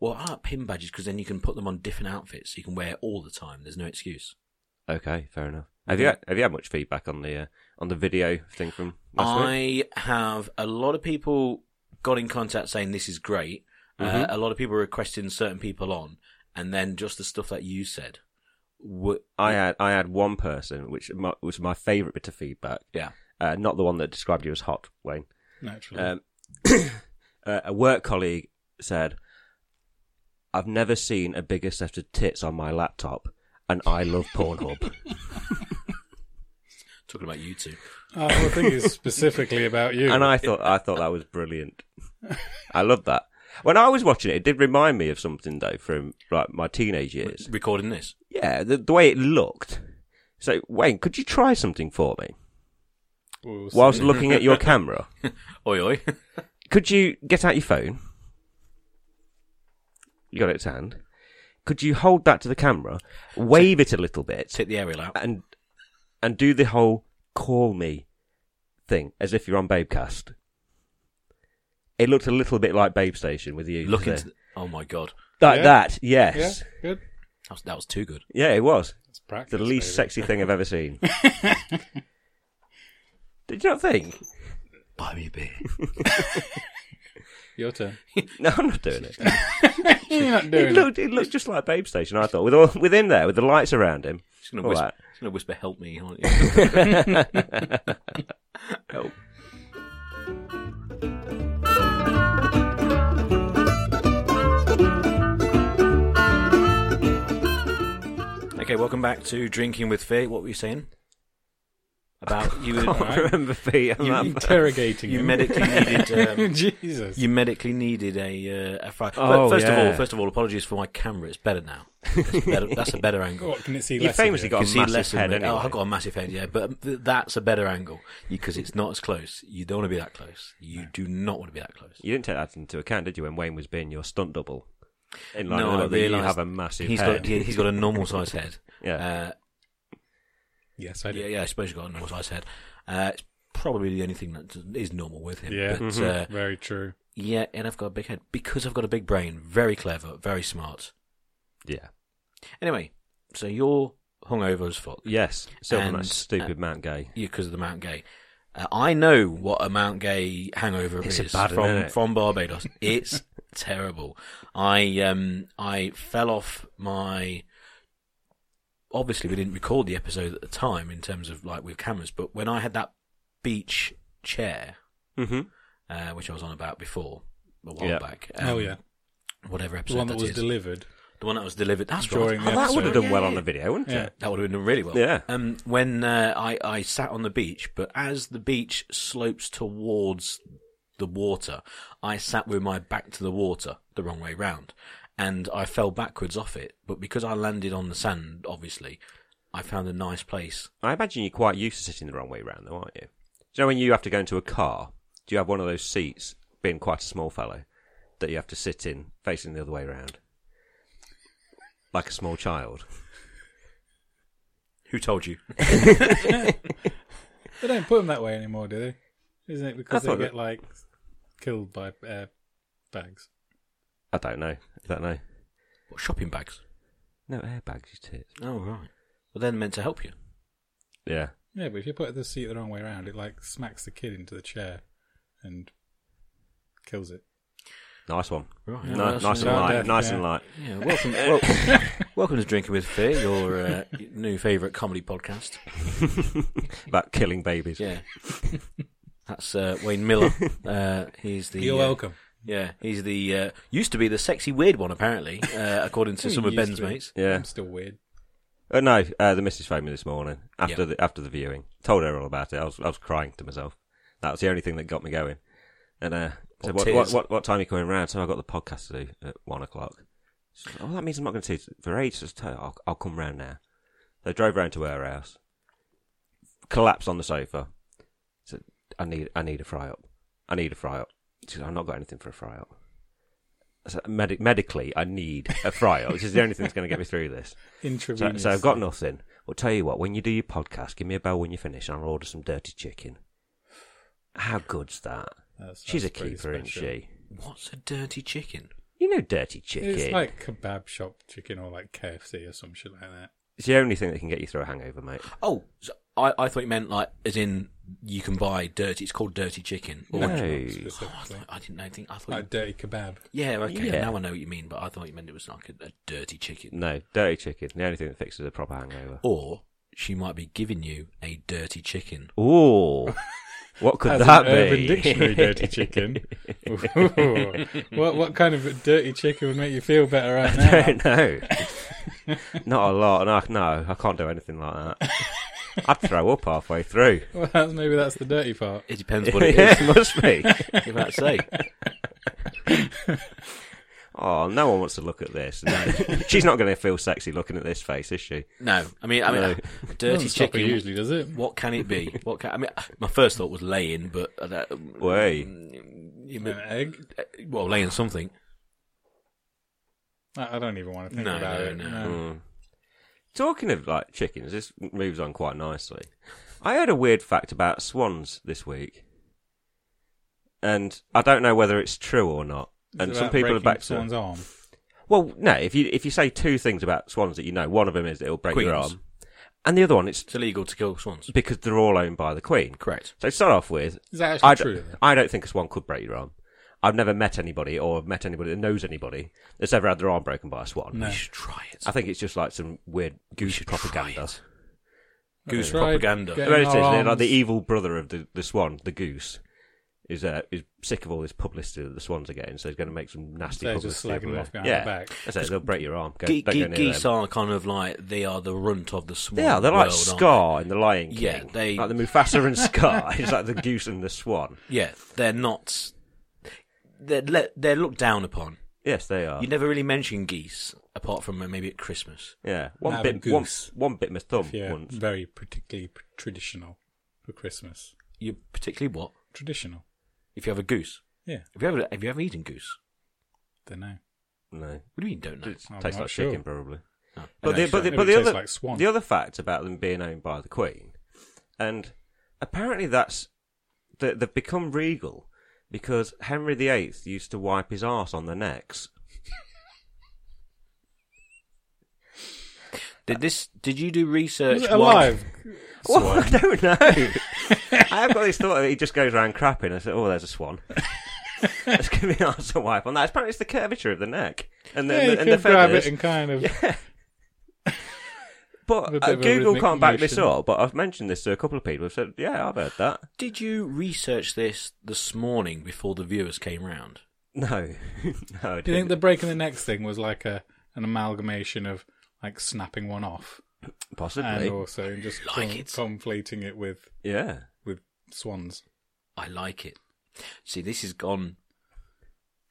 [SPEAKER 2] Well, I like pin badges because then you can put them on different outfits. So you can wear it all the time. There's no excuse.
[SPEAKER 3] Okay, fair enough. Have you had, have you had much feedback on the uh, on the video thing from last week?
[SPEAKER 2] I have a lot of people got in contact saying this is great. Uh,
[SPEAKER 3] Mhm.
[SPEAKER 2] a lot of people requesting certain people on, and then just the stuff that you said. w-
[SPEAKER 3] I had I had one person, which my, was my favourite bit of feedback.
[SPEAKER 2] yeah,
[SPEAKER 3] Uh, not the one that described you as hot, Wayne.
[SPEAKER 4] naturally.
[SPEAKER 2] Mm.
[SPEAKER 3] Um, uh, a work colleague said, "I've never seen a bigger set of tits on my laptop, and I love Pornhub."
[SPEAKER 2] talking about you two.
[SPEAKER 4] Uh, well, I think it's specifically about you.
[SPEAKER 3] and I thought I thought that was brilliant. I love that. When I was watching it, it did remind me of something though from like my teenage years.
[SPEAKER 2] Recording this.
[SPEAKER 3] Yeah, the, the way it looked. So Wayne, could you try something for me
[SPEAKER 4] We'll see.
[SPEAKER 3] whilst looking at your camera?
[SPEAKER 2] Oi oi.
[SPEAKER 3] Could you get out your phone? You got it to hand. Could you hold that to the camera, wave it a little bit,
[SPEAKER 2] Tip the aerial out.
[SPEAKER 3] and and do the whole call me thing as if you're on Babecast. It looked a little bit like Babe Station with you.
[SPEAKER 2] Look
[SPEAKER 3] there.
[SPEAKER 2] into. The, oh my god,
[SPEAKER 3] like
[SPEAKER 4] Yeah.
[SPEAKER 3] that.
[SPEAKER 4] yeah,
[SPEAKER 3] Yes,
[SPEAKER 4] good.
[SPEAKER 2] that was, that was too good.
[SPEAKER 3] yeah. it was
[SPEAKER 4] It's practice.
[SPEAKER 3] the least
[SPEAKER 4] baby.
[SPEAKER 3] sexy thing I've ever seen. Did you not think?
[SPEAKER 2] Buy me a beer.
[SPEAKER 4] Your turn.
[SPEAKER 3] No, I'm not doing it.
[SPEAKER 4] You're not
[SPEAKER 3] It
[SPEAKER 4] doing it.
[SPEAKER 3] looked, it looked just like Babe Station. I thought with all with him there with the lights around him.
[SPEAKER 2] She's gonna
[SPEAKER 3] All
[SPEAKER 2] whisper.
[SPEAKER 3] right.
[SPEAKER 2] She's gonna whisper, "Help me!" aren't you? Help. Okay, welcome back to Drinking with Fear. What were you saying about you?
[SPEAKER 3] I remember Pete.
[SPEAKER 4] You're interrogating
[SPEAKER 2] you
[SPEAKER 4] him.
[SPEAKER 2] medically needed. Um,
[SPEAKER 4] Jesus.
[SPEAKER 2] you medically needed a uh, a fry.
[SPEAKER 3] Oh,
[SPEAKER 2] first of
[SPEAKER 3] yeah.
[SPEAKER 2] all, first of all, apologies for my camera. It's better now. That's, better, that's a better angle.
[SPEAKER 4] What can it see?
[SPEAKER 3] You
[SPEAKER 4] less of
[SPEAKER 3] famously
[SPEAKER 4] you?
[SPEAKER 3] got
[SPEAKER 2] You
[SPEAKER 3] a
[SPEAKER 2] see
[SPEAKER 3] massive
[SPEAKER 2] less of
[SPEAKER 3] head
[SPEAKER 2] me.
[SPEAKER 3] anyway.
[SPEAKER 2] Oh, I've got a massive head, yeah, but th- that's a better angle because it's not as close. You don't want to be that close. You do not want to be that close.
[SPEAKER 3] You didn't take that into account, did you, when Wayne was being your stunt double? In line
[SPEAKER 2] No,
[SPEAKER 3] with
[SPEAKER 2] I
[SPEAKER 3] the fact that you
[SPEAKER 2] realised
[SPEAKER 3] have a massive
[SPEAKER 2] He's
[SPEAKER 3] head.
[SPEAKER 2] got he- he's got a normal sized head.
[SPEAKER 3] yeah.
[SPEAKER 2] Uh,
[SPEAKER 4] Yes, I
[SPEAKER 2] yeah,
[SPEAKER 4] did.
[SPEAKER 2] yeah. I suppose you've got a normal sized head. Uh, it's probably the only thing that is normal with him.
[SPEAKER 4] Yeah.
[SPEAKER 2] but,
[SPEAKER 3] Mm-hmm.
[SPEAKER 2] uh,
[SPEAKER 4] Mm-hmm. Very true.
[SPEAKER 2] yeah, and I've got a big head because I've got a big brain. Very clever, very smart.
[SPEAKER 3] yeah.
[SPEAKER 2] Anyway, so you're hungover as fuck.
[SPEAKER 3] Yes. Still from
[SPEAKER 2] And,
[SPEAKER 3] that stupid
[SPEAKER 2] uh,
[SPEAKER 3] Mount Gay.
[SPEAKER 2] because of the Mount Gay. Uh, I know what a Mount Gay hangover
[SPEAKER 3] It's a
[SPEAKER 2] is
[SPEAKER 3] bad one,
[SPEAKER 2] from
[SPEAKER 3] isn't it?
[SPEAKER 2] from Barbados. It's terrible. I um I fell off my. Obviously, we didn't record the episode at the time in terms of like with cameras, but when I had that beach chair,
[SPEAKER 3] Mm-hmm.
[SPEAKER 2] uh, which I was on about before a while
[SPEAKER 3] Yeah.
[SPEAKER 2] back. um,
[SPEAKER 4] oh yeah,
[SPEAKER 2] whatever episode
[SPEAKER 4] the one that was
[SPEAKER 2] is.
[SPEAKER 4] delivered.
[SPEAKER 2] the one that was delivered. That's right.
[SPEAKER 4] During the
[SPEAKER 3] Oh, that would have
[SPEAKER 4] episode.
[SPEAKER 3] done well on the video, wouldn't
[SPEAKER 4] Yeah.
[SPEAKER 3] it?
[SPEAKER 2] That would have been done really well.
[SPEAKER 3] Yeah.
[SPEAKER 2] Um, when uh, I I sat on the beach, but as the beach slopes towards the water, I sat with my back to the water, the wrong way round, and I fell backwards off it. But because I landed on the sand, obviously, I found a nice place.
[SPEAKER 3] I imagine you're quite used to sitting the wrong way round, though, aren't you? Do you know when you have to go into a car, do you have one of those seats, being quite a small fellow, that you have to sit in facing the other way round? Like a small child.
[SPEAKER 2] Who told you?
[SPEAKER 4] They don't put them that way anymore, do they? Isn't it because
[SPEAKER 3] I
[SPEAKER 4] they
[SPEAKER 3] thought
[SPEAKER 4] get
[SPEAKER 3] that-
[SPEAKER 4] like killed by air bags?
[SPEAKER 3] I don't know. I don't know.
[SPEAKER 2] What, shopping bags?
[SPEAKER 3] No airbags, you tits.
[SPEAKER 2] Oh right. Well, they're meant to help you.
[SPEAKER 3] Yeah.
[SPEAKER 4] Yeah, but if you put the seat the wrong way around, it like smacks the kid into the chair and kills it.
[SPEAKER 3] Nice one.
[SPEAKER 2] Right.
[SPEAKER 3] Ni-
[SPEAKER 2] Well, that's-
[SPEAKER 3] nice and
[SPEAKER 4] no,
[SPEAKER 3] light.
[SPEAKER 4] death,
[SPEAKER 3] Nice
[SPEAKER 4] yeah.
[SPEAKER 3] and light.
[SPEAKER 2] Yeah, welcome, wel- welcome to Drinking with Fear, your uh, new favourite comedy podcast.
[SPEAKER 3] About killing babies.
[SPEAKER 2] Yeah. That's uh, Wayne Miller. Uh, he's the
[SPEAKER 4] You're
[SPEAKER 2] uh,
[SPEAKER 4] welcome.
[SPEAKER 2] Yeah, he's the uh, used to be the sexy weird one apparently, uh, according to
[SPEAKER 4] He
[SPEAKER 2] some of
[SPEAKER 4] used
[SPEAKER 2] Ben's
[SPEAKER 4] to be.
[SPEAKER 2] mates.
[SPEAKER 3] Yeah.
[SPEAKER 4] I'm still weird.
[SPEAKER 3] Uh, no, uh, the missus phoned me this morning after
[SPEAKER 2] Yeah.
[SPEAKER 3] the after the viewing. Told her all about it. I was I was crying to myself. That was the only thing that got me going. And uh,
[SPEAKER 2] Or
[SPEAKER 3] said, what,
[SPEAKER 2] tears.
[SPEAKER 3] what, what what time are you coming round? So I got the podcast to do at one o'clock. She said, oh, that means I'm not going to see it for ages. So I'll, I'll come round now. They drove round to her house. Collapsed on the sofa. Said, I need I need a fry up. I need a fry up. She said, I've not got anything for a fry up. I said, Medi- medically, I need a fry up, which is the only thing that's going to get me through this. So,
[SPEAKER 4] Intravenous.
[SPEAKER 3] so I've got nothing. Well, tell you what, when you do your podcast, give me a bell when you finish, and I'll order some dirty chicken. How good's that?
[SPEAKER 4] Uh, That's-
[SPEAKER 3] She's a
[SPEAKER 4] that's pretty
[SPEAKER 3] keeper, isn't
[SPEAKER 4] special.
[SPEAKER 3] she?
[SPEAKER 2] What's a dirty chicken?
[SPEAKER 3] You know, dirty chicken.
[SPEAKER 4] It's like kebab shop chicken or like KFC or some shit like that.
[SPEAKER 3] It's the only thing that can get you through a hangover, mate.
[SPEAKER 2] Oh, so I, I thought you meant like as in you can buy dirty. It's called dirty chicken. Or-
[SPEAKER 3] No.
[SPEAKER 2] Oh, I,
[SPEAKER 4] specifically.
[SPEAKER 2] thought, I didn't know. I think I thought.
[SPEAKER 4] Like dirty kebab.
[SPEAKER 2] you, yeah, okay.
[SPEAKER 3] Yeah.
[SPEAKER 2] Now I know what you mean, but I thought you meant it was like a, a dirty chicken.
[SPEAKER 3] No, dirty chicken. The only thing that fixes a proper hangover.
[SPEAKER 2] Or she might be giving you a dirty chicken.
[SPEAKER 3] Ooh. What could
[SPEAKER 4] As in
[SPEAKER 3] that be?
[SPEAKER 4] Urban Dictionary dirty chicken. Ooh. what what kind of dirty chicken would make you feel better right
[SPEAKER 3] I
[SPEAKER 4] now?
[SPEAKER 3] don't know. Not a lot. No, no, I can't do anything like that. I'd throw up halfway through.
[SPEAKER 4] Well, that's, maybe that's the dirty part.
[SPEAKER 2] It depends what it is.
[SPEAKER 3] it must be.
[SPEAKER 2] If I say,
[SPEAKER 3] Oh, no one wants to look at this. No. She's not going to feel sexy looking at this face, is she?
[SPEAKER 2] no. I mean, I mean,
[SPEAKER 3] No.
[SPEAKER 2] dirty
[SPEAKER 4] Doesn't stop her
[SPEAKER 2] chicken.
[SPEAKER 4] usually, does it?
[SPEAKER 2] What can it be? What can, I mean, my first thought was laying, but uh, that, mm,
[SPEAKER 3] Way.
[SPEAKER 2] you
[SPEAKER 4] An
[SPEAKER 2] mean, uh,
[SPEAKER 4] egg?
[SPEAKER 2] well, laying something.
[SPEAKER 4] I I don't even want to think
[SPEAKER 2] No,
[SPEAKER 4] about
[SPEAKER 2] no,
[SPEAKER 4] it.
[SPEAKER 2] no.
[SPEAKER 3] Mm. Talking of like chickens, this moves on quite nicely. I heard a weird fact about swans this week, and I don't know whether it's true or not.
[SPEAKER 4] Is
[SPEAKER 3] And
[SPEAKER 4] it
[SPEAKER 3] some
[SPEAKER 4] about
[SPEAKER 3] people are
[SPEAKER 4] breaking
[SPEAKER 3] back to
[SPEAKER 4] someone's arm.
[SPEAKER 3] Well, no. If you if you say two things about swans that you know, one of them is it'll break your
[SPEAKER 2] Queens.
[SPEAKER 3] arm, and the other one it's
[SPEAKER 2] It's illegal to kill swans.
[SPEAKER 3] because they're all owned by the queen.
[SPEAKER 2] Correct.
[SPEAKER 3] So to start off with,
[SPEAKER 4] Is that actually
[SPEAKER 3] I
[SPEAKER 4] true?
[SPEAKER 3] don't, I don't think a swan could break your arm. I've never met anybody or met anybody that knows anybody that's ever had their arm broken by a swan.
[SPEAKER 4] No.
[SPEAKER 2] We should try it.
[SPEAKER 3] I think it's just like some weird goose
[SPEAKER 2] should try
[SPEAKER 3] propaganda.
[SPEAKER 2] it. Goose
[SPEAKER 4] Tried
[SPEAKER 2] propaganda.
[SPEAKER 4] getting
[SPEAKER 3] Well, it is,
[SPEAKER 4] our
[SPEAKER 3] they're like
[SPEAKER 4] arms-
[SPEAKER 3] the evil brother of the, the swan, the goose, is uh, is sick of all this publicity that the swans are getting, so he's going to make some nasty
[SPEAKER 4] They're
[SPEAKER 3] publicity.
[SPEAKER 4] just slagging them
[SPEAKER 3] everywhere.
[SPEAKER 4] off behind
[SPEAKER 3] yeah.
[SPEAKER 4] their back.
[SPEAKER 3] That's it, they'll break your arm. Go,
[SPEAKER 2] Ge-
[SPEAKER 3] don't
[SPEAKER 2] ge-
[SPEAKER 3] go near
[SPEAKER 2] geese
[SPEAKER 3] them.
[SPEAKER 2] are kind of like they are the runt of the swan.
[SPEAKER 3] They are. They're like
[SPEAKER 2] world, aren't
[SPEAKER 3] Scar in The Lion King.
[SPEAKER 2] Yeah, they-
[SPEAKER 3] Like the Mufasa and Scar. It's like the goose and the swan.
[SPEAKER 2] they? Yeah, they're not. They're le- they're looked down upon.
[SPEAKER 3] Yes, they are.
[SPEAKER 2] You never really mention geese apart from uh, maybe at Christmas.
[SPEAKER 3] Yeah. One
[SPEAKER 4] Lab and
[SPEAKER 3] bit, one,
[SPEAKER 4] goose.
[SPEAKER 3] one bit my thumb
[SPEAKER 4] Yeah,
[SPEAKER 3] once.
[SPEAKER 4] very particularly p- traditional for Christmas.
[SPEAKER 2] You particularly what
[SPEAKER 4] Traditional.
[SPEAKER 2] if you have a goose?
[SPEAKER 4] Yeah,
[SPEAKER 2] Have you ever have you ever eaten goose?
[SPEAKER 4] don't know.
[SPEAKER 3] No.
[SPEAKER 2] What do you mean don't know?
[SPEAKER 3] It
[SPEAKER 4] I'm
[SPEAKER 3] tastes
[SPEAKER 4] not
[SPEAKER 3] like
[SPEAKER 4] sure.
[SPEAKER 3] chicken, probably.
[SPEAKER 2] No.
[SPEAKER 3] Oh, But
[SPEAKER 2] Anyway,
[SPEAKER 3] the, but the,
[SPEAKER 4] It
[SPEAKER 3] but the
[SPEAKER 4] tastes
[SPEAKER 3] other
[SPEAKER 4] like swan.
[SPEAKER 3] the other fact about them being owned by the Queen, and apparently that's that they've become regal because Henry VIII used to wipe his arse on their necks.
[SPEAKER 2] did this? Did you do research?
[SPEAKER 4] Was it
[SPEAKER 2] while-
[SPEAKER 4] alive?
[SPEAKER 3] Well, I don't know. I have got this thought that he just goes around crapping and says, "Oh, there's a swan." That's gonna be an arse to wipe on that. Apparently, it's the curvature of the neck and the,
[SPEAKER 4] yeah,
[SPEAKER 3] and
[SPEAKER 4] you
[SPEAKER 3] the, and the
[SPEAKER 4] could grab
[SPEAKER 3] feathers.
[SPEAKER 4] it and kind of.
[SPEAKER 3] But
[SPEAKER 4] With
[SPEAKER 3] uh,
[SPEAKER 4] a bit of a
[SPEAKER 3] Google
[SPEAKER 4] rhythmic
[SPEAKER 3] can't back this
[SPEAKER 4] motion.
[SPEAKER 3] up. But I've mentioned this to a couple of people. Who said, "Yeah, I've heard that."
[SPEAKER 2] Did you research this this morning before the viewers came round?
[SPEAKER 3] No, no. I
[SPEAKER 4] Do you think
[SPEAKER 3] didn't.
[SPEAKER 4] the breaking the next thing was like a an amalgamation of like snapping one off
[SPEAKER 3] possibly?
[SPEAKER 4] and also just
[SPEAKER 2] Like
[SPEAKER 4] con-
[SPEAKER 2] it.
[SPEAKER 4] conflating it with
[SPEAKER 3] Yeah.
[SPEAKER 4] with swans?
[SPEAKER 2] I like it. See, this has gone.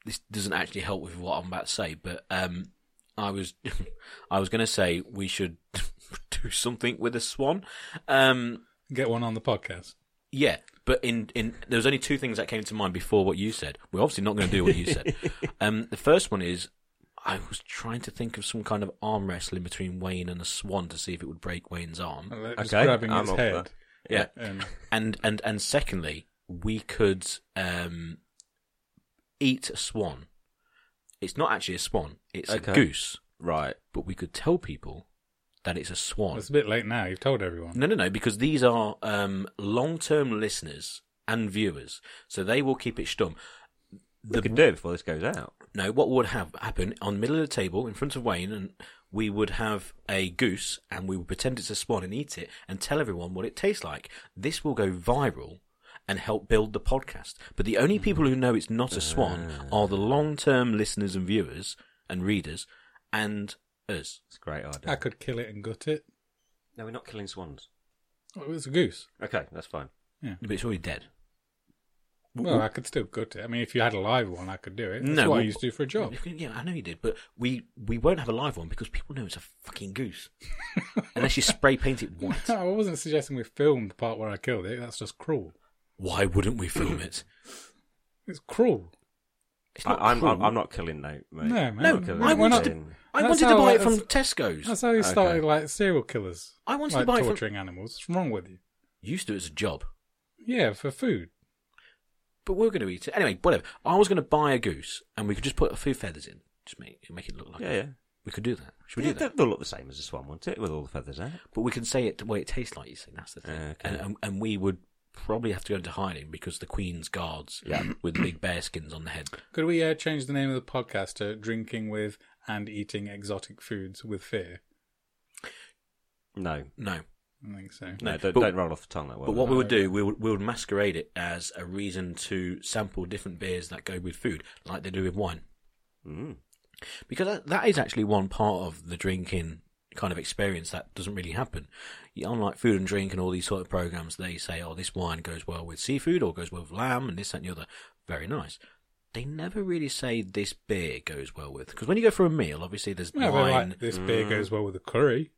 [SPEAKER 2] This doesn't actually help with what I'm about to say, but um, I was, I was going to say we should do something with a swan. Um,
[SPEAKER 4] Get one on the podcast.
[SPEAKER 2] yeah, but in in there was only two things that came to mind before what you said. We're obviously not going to do what you said. um, the first one is I was trying to think of some kind of arm wrestling between Wayne and a swan to see if it would break Wayne's arm.
[SPEAKER 4] And they're Just
[SPEAKER 3] Okay,
[SPEAKER 4] grabbing
[SPEAKER 3] I'm
[SPEAKER 4] its
[SPEAKER 3] up for
[SPEAKER 4] head.
[SPEAKER 3] that.
[SPEAKER 2] Yeah,
[SPEAKER 4] And
[SPEAKER 2] and and and secondly, we could um, eat a swan. It's not actually a swan; it's
[SPEAKER 3] Okay.
[SPEAKER 2] a goose.
[SPEAKER 3] Right.
[SPEAKER 2] But we could tell people that it's a swan.
[SPEAKER 4] it's a bit late now. You've told everyone.
[SPEAKER 2] No, no, no, because these are um, long-term listeners and viewers, so they will keep it stum.
[SPEAKER 3] we can do it before this goes out.
[SPEAKER 2] No, what would have happen on the middle of the table in front of Wayne, and we would have a goose, and we would pretend it's a swan and eat it, and tell everyone what it tastes like. This will go viral and help build the podcast. But the only people who know it's not a swan are the long-term listeners and viewers and readers, and us.
[SPEAKER 3] It's a great idea.
[SPEAKER 4] I could kill it and gut it.
[SPEAKER 3] No, we're not killing swans.
[SPEAKER 4] Oh, it was a goose.
[SPEAKER 3] Okay, that's fine.
[SPEAKER 2] But it's already dead.
[SPEAKER 4] Well, I could still gut it. I mean, if you had a live one, I could do it. That's
[SPEAKER 2] No,
[SPEAKER 4] what I
[SPEAKER 2] well-
[SPEAKER 4] used to do for a job.
[SPEAKER 2] Yeah, I know you did, but we we won't have a live one because people know it's a fucking goose, unless you spray paint it white.
[SPEAKER 4] No, I wasn't suggesting we film the part where I killed it. That's just cruel.
[SPEAKER 2] Why wouldn't we film it?
[SPEAKER 4] It's cruel.
[SPEAKER 2] It's
[SPEAKER 3] I,
[SPEAKER 2] not
[SPEAKER 3] I'm, I'm,
[SPEAKER 2] cruel.
[SPEAKER 3] I'm not killing no, mate.
[SPEAKER 4] No, man.
[SPEAKER 2] No,
[SPEAKER 3] I'm killing
[SPEAKER 2] I
[SPEAKER 4] We're
[SPEAKER 2] wanted
[SPEAKER 4] not-
[SPEAKER 2] to.
[SPEAKER 3] anything.
[SPEAKER 2] I
[SPEAKER 4] That's
[SPEAKER 2] wanted to
[SPEAKER 4] how,
[SPEAKER 2] buy
[SPEAKER 4] like,
[SPEAKER 2] it from
[SPEAKER 4] that's-
[SPEAKER 2] Tesco's.
[SPEAKER 4] That's how you
[SPEAKER 3] Okay.
[SPEAKER 4] started, like serial killers.
[SPEAKER 2] I wanted to
[SPEAKER 4] like,
[SPEAKER 2] buy from-
[SPEAKER 4] torturing animals. What's wrong with you?
[SPEAKER 2] Used to it as a job,
[SPEAKER 4] Yeah, for food.
[SPEAKER 2] but we're going to eat it anyway. Whatever. I was going to buy a goose, and we could just put a few feathers in, just make make it look like.
[SPEAKER 3] Yeah, yeah.
[SPEAKER 2] We could do that. Should we
[SPEAKER 3] Yeah,
[SPEAKER 2] do
[SPEAKER 3] they'll,
[SPEAKER 2] that?
[SPEAKER 3] they'll look the same as this one, won't it? With all the feathers out.
[SPEAKER 2] But we can say it the way it tastes like. You see, that's the thing.
[SPEAKER 3] Uh, okay.
[SPEAKER 2] and, and and we would probably have to go into hiding because the Queen's guards, with big bear skins on the head.
[SPEAKER 4] Could we uh, change the name of the podcast to "Drinking with and Eating Exotic Foods with Fear"?
[SPEAKER 3] No,
[SPEAKER 2] No,
[SPEAKER 4] I think so.
[SPEAKER 3] no, don't,
[SPEAKER 2] but-
[SPEAKER 3] don't roll off the tongue that well.
[SPEAKER 2] but what
[SPEAKER 3] no.
[SPEAKER 2] we would do, we would, we would masquerade it as a reason to sample different beers that go with food, like they do with wine.
[SPEAKER 3] Mm.
[SPEAKER 2] because that, that is actually one part of the drinking kind of experience that doesn't really happen. You- Unlike food and drink and all these sort of programs, they say, "Oh, this wine goes well with seafood, or goes well with lamb, and this that, and the other." Very nice. They never really say this beer goes well with because when you go for a meal, obviously there's
[SPEAKER 4] Well, they're
[SPEAKER 2] wine.
[SPEAKER 4] like, this beer goes well with a curry.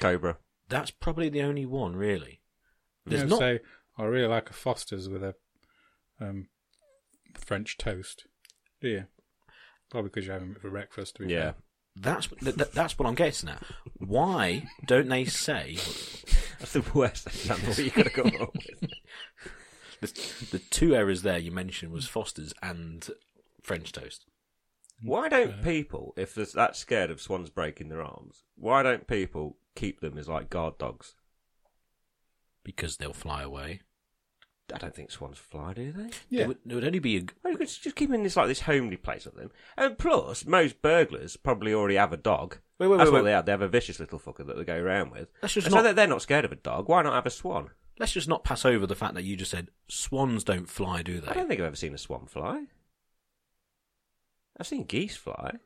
[SPEAKER 3] Cobra.
[SPEAKER 2] That's probably the only one really. There's
[SPEAKER 4] you know,
[SPEAKER 2] not
[SPEAKER 4] say, I really like a Foster's with a um, French toast. Do you? Probably because you're having it for breakfast. To be
[SPEAKER 3] Yeah.
[SPEAKER 2] that's th- th- that's what I'm getting at. Why don't they say
[SPEAKER 3] That's the worst example you could have come up with.
[SPEAKER 2] the, the two errors there you mentioned was Foster's and French toast?
[SPEAKER 3] Why don't
[SPEAKER 4] Uh.
[SPEAKER 3] people, if they're that scared of swans breaking their arms, why don't people keep them as like guard dogs?
[SPEAKER 2] Because they'll fly away.
[SPEAKER 3] I don't think swans fly, do they?
[SPEAKER 4] fair.
[SPEAKER 2] It would, it would only be a,
[SPEAKER 3] Well, you could just keep them in this like this homely place with them. And plus, most burglars probably already have a dog.
[SPEAKER 2] Wait, wait,
[SPEAKER 3] That's
[SPEAKER 2] wait,
[SPEAKER 3] what
[SPEAKER 2] wait.
[SPEAKER 3] they have. They have a vicious little fucker that they go around with.
[SPEAKER 2] That's just
[SPEAKER 3] And
[SPEAKER 2] not-
[SPEAKER 3] so that they're not scared of a dog. Why not have a swan?
[SPEAKER 2] Let's just not pass over the fact that you just said swans don't fly, do
[SPEAKER 3] I
[SPEAKER 2] they?
[SPEAKER 3] don't think I've ever seen a swan fly. I've seen geese fly.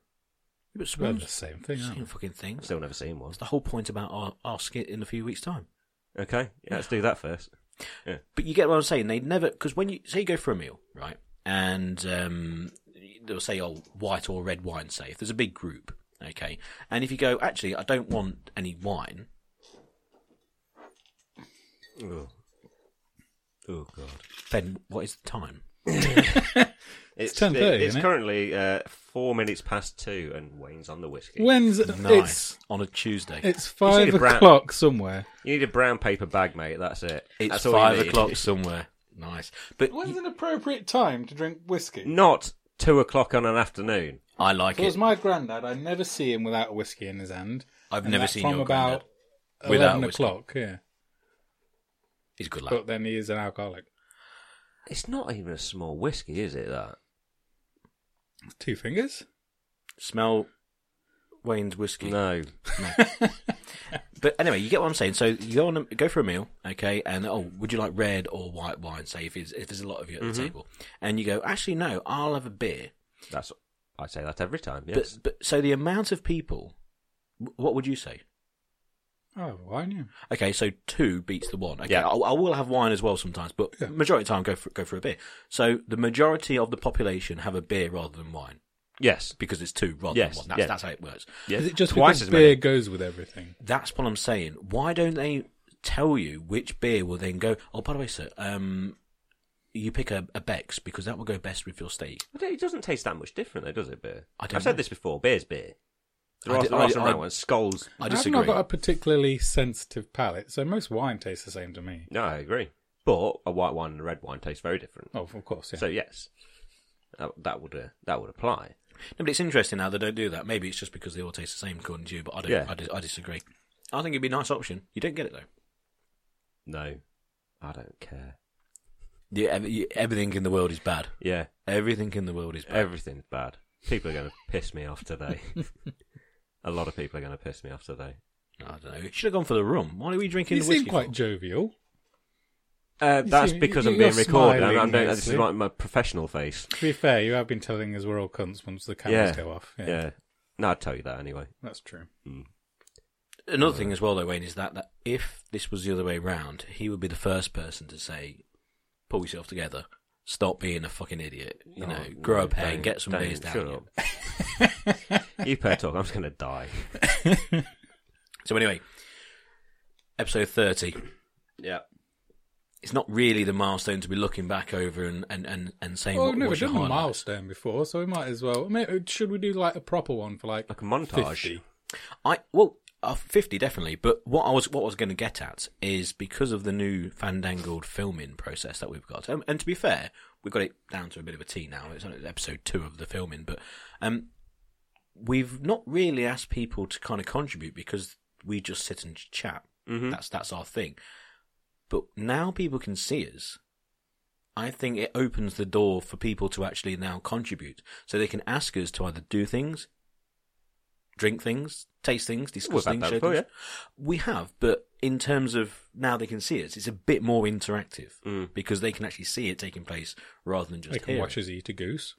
[SPEAKER 2] But
[SPEAKER 4] Well, the
[SPEAKER 2] swans,
[SPEAKER 4] same thing. aren't
[SPEAKER 2] Mm. same
[SPEAKER 4] they?
[SPEAKER 2] fucking
[SPEAKER 3] I've
[SPEAKER 2] things.
[SPEAKER 3] still never seen one.
[SPEAKER 2] That's the whole point about our, our skit in a few weeks' time.
[SPEAKER 3] Okay, yeah, let's do that first. Yeah.
[SPEAKER 2] But you get what I'm saying. They never because when you say you go for a meal, right, and um, they'll say, "Oh, white or red wine." Say if there's a big group, okay, and if you go, actually, I don't want any wine.
[SPEAKER 3] Oh, oh God.
[SPEAKER 2] Then what is the time?
[SPEAKER 3] It's,
[SPEAKER 4] 10:30,
[SPEAKER 3] It's
[SPEAKER 4] isn't it?
[SPEAKER 3] currently uh, four minutes past two, and Wayne's on the whiskey.
[SPEAKER 4] When's
[SPEAKER 2] Nice on a Tuesday.
[SPEAKER 4] it's it's
[SPEAKER 3] You see
[SPEAKER 4] five
[SPEAKER 3] the brand-
[SPEAKER 4] o'clock somewhere.
[SPEAKER 3] You need a brown paper bag, mate. That's it.
[SPEAKER 2] It's
[SPEAKER 3] That's all you
[SPEAKER 2] five
[SPEAKER 3] need.
[SPEAKER 2] o'clock somewhere. Nice, but
[SPEAKER 4] When's
[SPEAKER 2] you-
[SPEAKER 4] an appropriate time to drink whiskey?
[SPEAKER 3] Not two o'clock on an afternoon.
[SPEAKER 2] I like
[SPEAKER 4] Because
[SPEAKER 2] it.
[SPEAKER 4] my granddad, I never see him without a whiskey in his hand.
[SPEAKER 2] I've
[SPEAKER 4] and
[SPEAKER 2] never
[SPEAKER 4] that's
[SPEAKER 2] seen
[SPEAKER 4] from
[SPEAKER 2] your
[SPEAKER 4] about
[SPEAKER 2] granddad without
[SPEAKER 4] eleven
[SPEAKER 2] a whiskey.
[SPEAKER 4] o'clock. Yeah,
[SPEAKER 2] He's a good lad.
[SPEAKER 4] but then he is an alcoholic.
[SPEAKER 3] It's not even a small whiskey, is it? That
[SPEAKER 4] Two fingers.
[SPEAKER 2] Smell Wayne's whiskey.
[SPEAKER 3] no.
[SPEAKER 2] But anyway, you get what I'm saying. So you go on a, go for a meal, okay? And oh, would you like red or white wine? Say if it's, if there's a lot of you at
[SPEAKER 3] Mm-hmm.
[SPEAKER 2] the table, and you go, actually no, I'll have a beer.
[SPEAKER 3] That's I say that every time. Yes.
[SPEAKER 2] But but so the amount of people, wh- what would you say?
[SPEAKER 4] Oh, why not?
[SPEAKER 2] Okay, so two beats the one. Okay,
[SPEAKER 3] Yeah.
[SPEAKER 2] I, I will have wine as well sometimes, but majority of the time go for go for a beer. So the majority of the population have a beer rather than wine
[SPEAKER 3] yes.
[SPEAKER 2] because it's two rather
[SPEAKER 3] Yes,
[SPEAKER 2] than one. That's,
[SPEAKER 3] yeah.
[SPEAKER 2] that's how it works.
[SPEAKER 3] Yes.
[SPEAKER 4] Is it just
[SPEAKER 3] twice
[SPEAKER 4] because
[SPEAKER 3] as
[SPEAKER 4] beer
[SPEAKER 3] many?
[SPEAKER 4] goes with everything?
[SPEAKER 2] That's what I'm saying. Why don't they tell you which beer will then go? Oh, by the way, sir, um, you pick a, a Beck's because that will go best with your steak.
[SPEAKER 3] I don't- It doesn't taste that much different, though, does it? Beer.
[SPEAKER 2] I don't
[SPEAKER 3] have said
[SPEAKER 2] know.
[SPEAKER 3] this before. Beer's beer. There
[SPEAKER 2] I
[SPEAKER 3] are,
[SPEAKER 2] did-
[SPEAKER 3] there
[SPEAKER 2] I
[SPEAKER 3] are
[SPEAKER 2] did-
[SPEAKER 3] some
[SPEAKER 2] I-
[SPEAKER 3] right ones. Skulls.
[SPEAKER 2] I
[SPEAKER 4] I've
[SPEAKER 2] disagree.
[SPEAKER 4] not got a particularly sensitive palate, so most wine tastes the same to me.
[SPEAKER 3] No, I agree. But a white wine and a red wine taste very different.
[SPEAKER 4] Oh, of course, yeah.
[SPEAKER 3] So yes, that, that would uh, that would apply.
[SPEAKER 2] No, but it's interesting now they don't do that. Maybe it's just because they all taste the same, according to you. But I don't.
[SPEAKER 3] Yeah.
[SPEAKER 2] I, dis- I disagree. I think it'd be a nice option. You don't get it though.
[SPEAKER 3] No, I don't care.
[SPEAKER 2] Yeah, ev- you- everything in the world is bad.
[SPEAKER 3] Yeah,
[SPEAKER 2] Everything in the world is bad.
[SPEAKER 3] everything's bad. People are going to piss me off today. a lot of people are going to piss me off today.
[SPEAKER 2] I don't know. You should have gone for the rum. Why are we drinking
[SPEAKER 4] you
[SPEAKER 2] the
[SPEAKER 4] seem
[SPEAKER 2] whiskey?
[SPEAKER 4] quite
[SPEAKER 2] for?
[SPEAKER 4] jovial.
[SPEAKER 3] Uh,
[SPEAKER 4] You
[SPEAKER 3] that's
[SPEAKER 4] see,
[SPEAKER 3] because
[SPEAKER 4] you-
[SPEAKER 3] I'm being
[SPEAKER 4] you're
[SPEAKER 3] recorded. I'm, I'm
[SPEAKER 4] smiling
[SPEAKER 3] doing, this is
[SPEAKER 4] nicely.
[SPEAKER 3] like my professional face.
[SPEAKER 4] To be fair, you have been telling us we're all cunts once the cameras
[SPEAKER 3] Yeah.
[SPEAKER 4] go off.
[SPEAKER 3] Yeah.
[SPEAKER 4] Yeah,
[SPEAKER 3] No, I'd tell you that anyway. Mm,
[SPEAKER 4] that's true.
[SPEAKER 2] Another
[SPEAKER 3] Uh,
[SPEAKER 2] thing as well, though, Wayne, is that, that if this was the other way round, he would be the first person to say, "Pull yourself together, stop being a fucking idiot. You
[SPEAKER 3] No,
[SPEAKER 2] know,
[SPEAKER 3] no,
[SPEAKER 2] grow up here
[SPEAKER 3] don't-
[SPEAKER 2] and get some
[SPEAKER 3] don't,
[SPEAKER 2] beers down."
[SPEAKER 3] shut
[SPEAKER 2] you."
[SPEAKER 3] up. you pair talk. I'm just going to die.
[SPEAKER 2] So anyway, episode thirty.
[SPEAKER 3] Yeah.
[SPEAKER 2] It's not really the milestone to be looking back over and and and, and saying.
[SPEAKER 4] Well,
[SPEAKER 2] what,
[SPEAKER 4] we've never
[SPEAKER 2] what's your
[SPEAKER 4] done a
[SPEAKER 2] highlight.
[SPEAKER 4] milestone before, so we might as well. I mean, uh, should we do like a proper one for like
[SPEAKER 3] Like a montage.
[SPEAKER 4] 50?
[SPEAKER 2] I well, uh, fifty definitely. But what I was what I was going to get at is because of the new fandangled filming process that we've got, um, and to be fair, we've got it down to a bit of a T now. It's on episode two of the filming, but um, we've not really asked people to kind of contribute because we just sit and chat. That's that's our thing. But now people can see us. I think it opens the door for people to actually now contribute, so they can ask us to either do things, drink things, taste things, discuss
[SPEAKER 3] We've had
[SPEAKER 2] things.
[SPEAKER 3] that
[SPEAKER 2] share
[SPEAKER 3] before,
[SPEAKER 2] things. We have, but in terms of now they can see us, it's a bit more interactive
[SPEAKER 3] Mm.
[SPEAKER 2] because they can actually see it taking place rather than just
[SPEAKER 4] they can
[SPEAKER 2] hear
[SPEAKER 4] watch
[SPEAKER 2] it.
[SPEAKER 4] us eat a goose.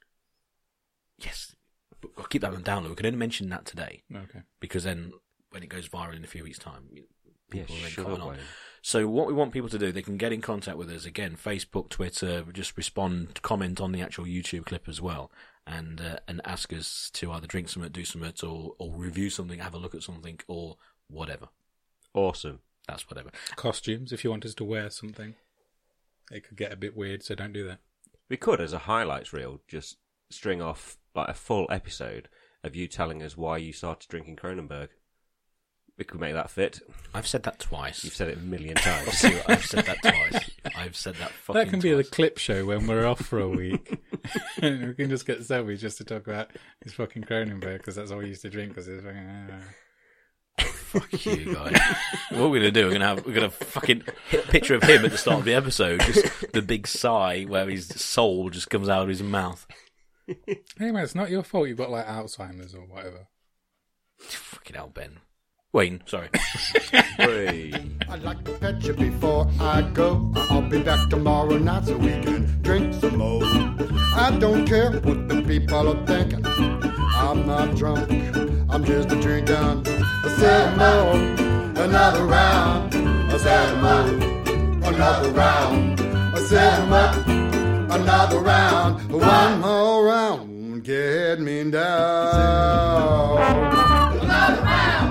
[SPEAKER 2] Yes, but I'll keep that on download. We can only mention that today
[SPEAKER 4] Okay.
[SPEAKER 2] because then when it goes viral in a few weeks' time, you-
[SPEAKER 3] Yeah,
[SPEAKER 2] people will then
[SPEAKER 3] shut
[SPEAKER 2] comment
[SPEAKER 3] up,
[SPEAKER 2] on.
[SPEAKER 3] Wayne.
[SPEAKER 2] So what we want people to do, they can get in contact with us again, Facebook, Twitter, just respond, comment on the actual YouTube clip as well, and uh, and ask us to either drink something, do something, or or review something, have a look at something, or whatever.
[SPEAKER 3] Awesome.
[SPEAKER 2] That's whatever.
[SPEAKER 4] Costumes, if you want us to wear something. It could get a bit weird, so don't do that.
[SPEAKER 3] We could, as a highlights reel, just string off like a full episode of you telling us why you started drinking Cronenberg. We could make that fit.
[SPEAKER 2] I've said that twice.
[SPEAKER 3] You've said it a million
[SPEAKER 2] I've
[SPEAKER 3] times.
[SPEAKER 2] said- I've said that twice. I've said that fucking.
[SPEAKER 4] that can be the
[SPEAKER 2] twice.
[SPEAKER 4] clip show when we're off for a week. we can just get Zoe just to talk about his fucking Cronenberg because that's all he used to drink. Because it's fucking. uh,
[SPEAKER 2] Fuck you guys. what we're gonna do? We're gonna have we're gonna fucking hit a picture of him at the start of the episode. Just the big sigh where his soul just comes out of his mouth.
[SPEAKER 4] Anyway, it's not your fault you've got like Alzheimer's or whatever.
[SPEAKER 2] Fucking hell, Ben. Wayne, sorry.
[SPEAKER 3] Hey.
[SPEAKER 1] I'd like to pet you before I go. I'll be back tomorrow night so we can drink some more. I don't care what the people are thinking. I'm not drunk. I'm just a drink down. I said no, another round. I said no, another round. I said no, another round. One more round, get me down. Another round.